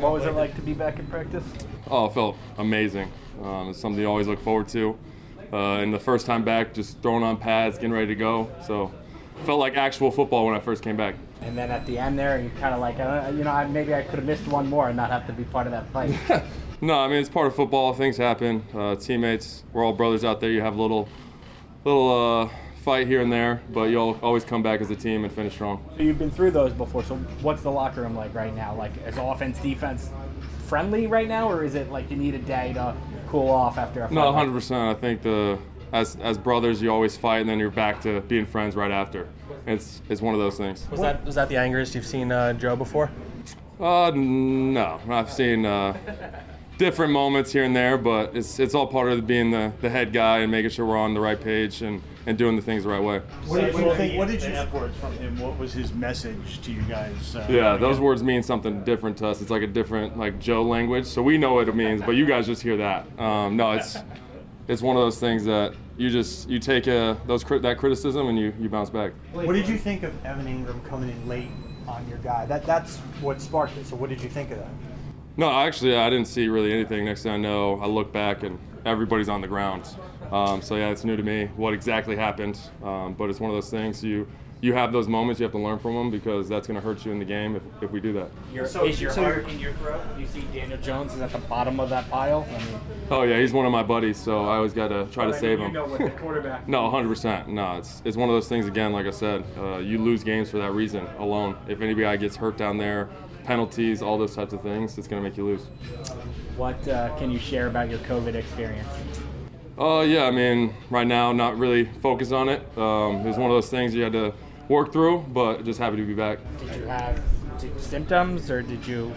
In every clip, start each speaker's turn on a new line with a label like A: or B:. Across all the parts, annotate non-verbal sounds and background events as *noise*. A: What was it like to be back in practice?
B: Oh, it felt amazing. Um, it's something you always look forward to. Uh, and the first time back, just throwing on pads, getting ready to go. So felt like actual football when I first came back.
A: And then at the end there, you kind of like, uh, you know, I, maybe I could have missed one more and not have to be part of that fight.
B: No, I mean it's part of football. Things happen. Uh, teammates, we're all brothers out there. You have little, little uh, fight here and there, but you'll always come back as a team and finish strong.
A: *laughs* So You've been through those before. So what's the locker room like right now? Like, is offense, defense friendly right now, or is it like you need a day to cool off after a fight?
B: No, 100. percent I think the as as brothers, you always fight, and then you're back to being friends right after. It's it's one of those things.
C: Was that was that the angriest you've seen uh, Joe before?
B: Uh, no, I've seen uh, different moments here and there, but it's it's all part of being the, the head guy and making sure we're on the right page and, and doing the things the right way.
D: What did
E: Well,
D: you think?
E: the-
D: What did
E: the
D: you
E: F words from him? What was his message to you guys? Uh,
B: Yeah, those words mean something different to us. It's like a different like Joe language, so we know what it means, but you guys just hear that. Um, no, it's it's one of those things that you just you take uh those cri- that criticism and you you bounce back.
D: What did you think of Evan Ingram coming in late on your guy? That that's what sparked it. So what did you think of that?
B: No, actually, I didn't see really anything. Next thing I know, I look back and everybody's on the ground. Um, so yeah, it's new to me what exactly happened, um, but it's one of those things you. You have those moments. You have to learn from them because that's going to hurt you in the game if, if we do that.
A: Your, is your heart in your throat? You see Daniel Jones is at the bottom of that pile. I mean,
B: Oh yeah, he's one of my buddies, so I always got to try to save him.
A: You know what the quarterback.
B: *laughs* No, 100%. No, it's, it's one of those things, again, like I said, uh, you lose games for that reason alone. If anybody gets hurt down there, penalties, all those types of things, it's going to make you lose.
A: What uh, can you share about your COVID experience?
B: Uh, yeah, I mean, right now, not really focused on it. Um, it was one of those things you had to work through, but just happy to be back.
A: Did you have did- symptoms, or did you?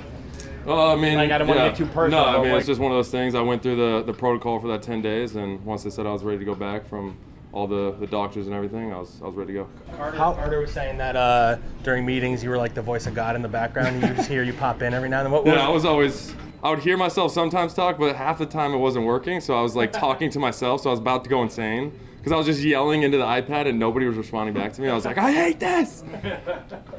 B: Uh, I mean,
A: Like, I don't wanna
B: yeah.
A: get too personal,
B: No, I
A: but,
B: mean,
A: like-
B: it's just one of those things. I went through the, the protocol for that 10 days, and once they said I was ready to go back from all the, the doctors and everything, I was, I was ready to go.
C: Carter, Carter was saying that uh, during meetings you were like the voice of God in the background, and you would just hear you pop in every now and then. What was
B: Yeah, I was always. I would hear myself sometimes talk, but half the time it wasn't working. So I was like talking to myself. So I was about to go insane because I was just yelling into the iPad and nobody was responding back to me. I was like, I hate this.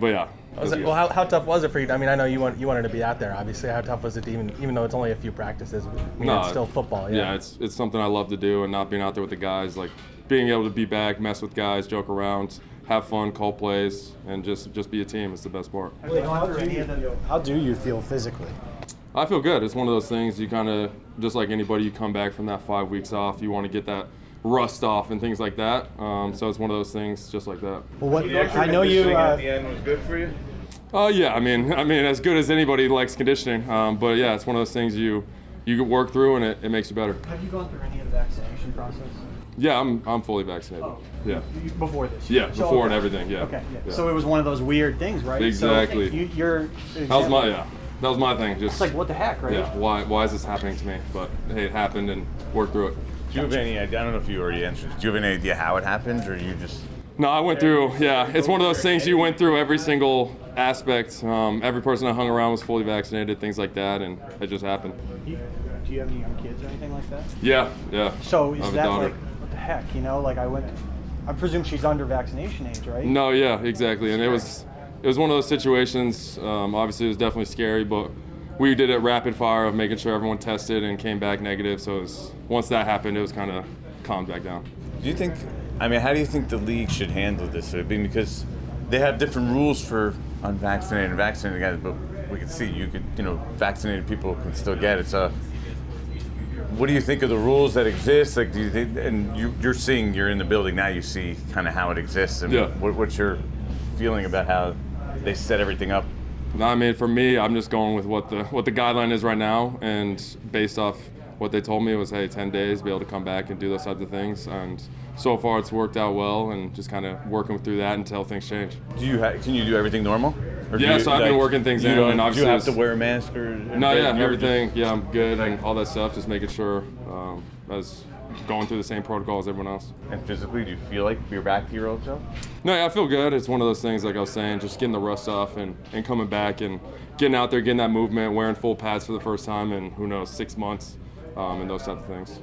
B: But yeah. it
C: was
B: was
C: it-
B: good.
C: well, how, how tough was it for you? I mean, I know you want, you wanted to be out there, obviously. How tough was it, to even even though it's only a few practices? I mean,
B: No,
C: it's still football.
B: yeah, it's it's something I love to do, and not being out there with the guys, like being able to be back, mess with guys, joke around, have fun, call plays, and just just be a team. It's the best part.
D: How do you feel?
E: How do you feel physically?
B: I feel good. It's one of those things you kind of just like anybody. You come back from that five weeks off, you want to get that rust off and things like that. Um, so it's one of those things just like that.
E: Well, what
F: The extra
E: I know you.
F: conditioning at the
E: Uh,
F: end was good for you.
B: Oh yeah, I mean, *laughs* I mean, as good as anybody likes conditioning, um, but yeah, it's one of those things you you work through and it, it makes you better.
D: Have you gone through any of the vaccination process?
B: Yeah, I'm I'm fully vaccinated.
D: Oh.
B: Yeah,
D: You- Before this.
B: yeah,
D: So-
B: before and everything. Yeah.
D: Okay. yeah.
B: yeah.
D: So it was one of those weird things, right? So
B: Exactly.
D: you, you're.
B: that was my yeah, that was my thing. Just
D: It's like what the heck, right?
B: yeah, why why is this happening to me? But hey, it happened and worked through it.
F: Do you have any? I don't know if you already answered. Do you have any idea how it happened, or you just?
B: No, I went through. Yeah, it's one of those things you went through every single aspect. Um, every person I hung around was fully vaccinated, things like that, and it just happened.
D: You- do you have any young kids or anything like that?
B: Yeah, yeah.
D: So
B: I
D: is
B: have a
D: that
B: daughter.
D: like what the heck? You know, like I went. I presume she's under vaccination age, right?
B: No, yeah, exactly. And it was it was one of those situations. Um, obviously, it was definitely scary, but we did it rapid fire of making sure everyone tested and came back negative. So it was, once that happened, it was kind of calmed back down.
F: Do you think? I mean, how do you think the league should handle this? I mean, because they have different rules for unvaccinated and vaccinated guys, but we can see you could, you know, vaccinated people can still get it. So, what do you think of the rules that exist? Like, do you think? And you, you're seeing, you're in the building now. You see kind of how it exists, and
B: Yeah.
F: what, what's your feeling about how they set everything up?
B: No, I mean, for me, I'm just going with what the what the guideline is right now, and based off what they told me was, hey, 10 days, be able to come back and do those types of things. And so far, it's worked out well, and just kind of working through that until things change.
F: Do you ha- can you do everything normal? Or do
B: Yeah,
F: you,
B: so I've been working things
F: you
B: in,
F: don't-
B: and obviously
F: do you have to
B: it's-
F: wear a mask or
B: No, yeah,
F: you're just-
B: everything. Yeah, I'm good and all that stuff. Just making sure um, I was going through the same protocol as everyone else.
F: And physically, do you feel like you're back to your old self?
B: No, yeah, I feel good. It's one of those things, like I was saying, just getting the rust off and, and coming back and getting out there, getting that movement, wearing full pads for the first time in, who knows, six months um, and those type of things.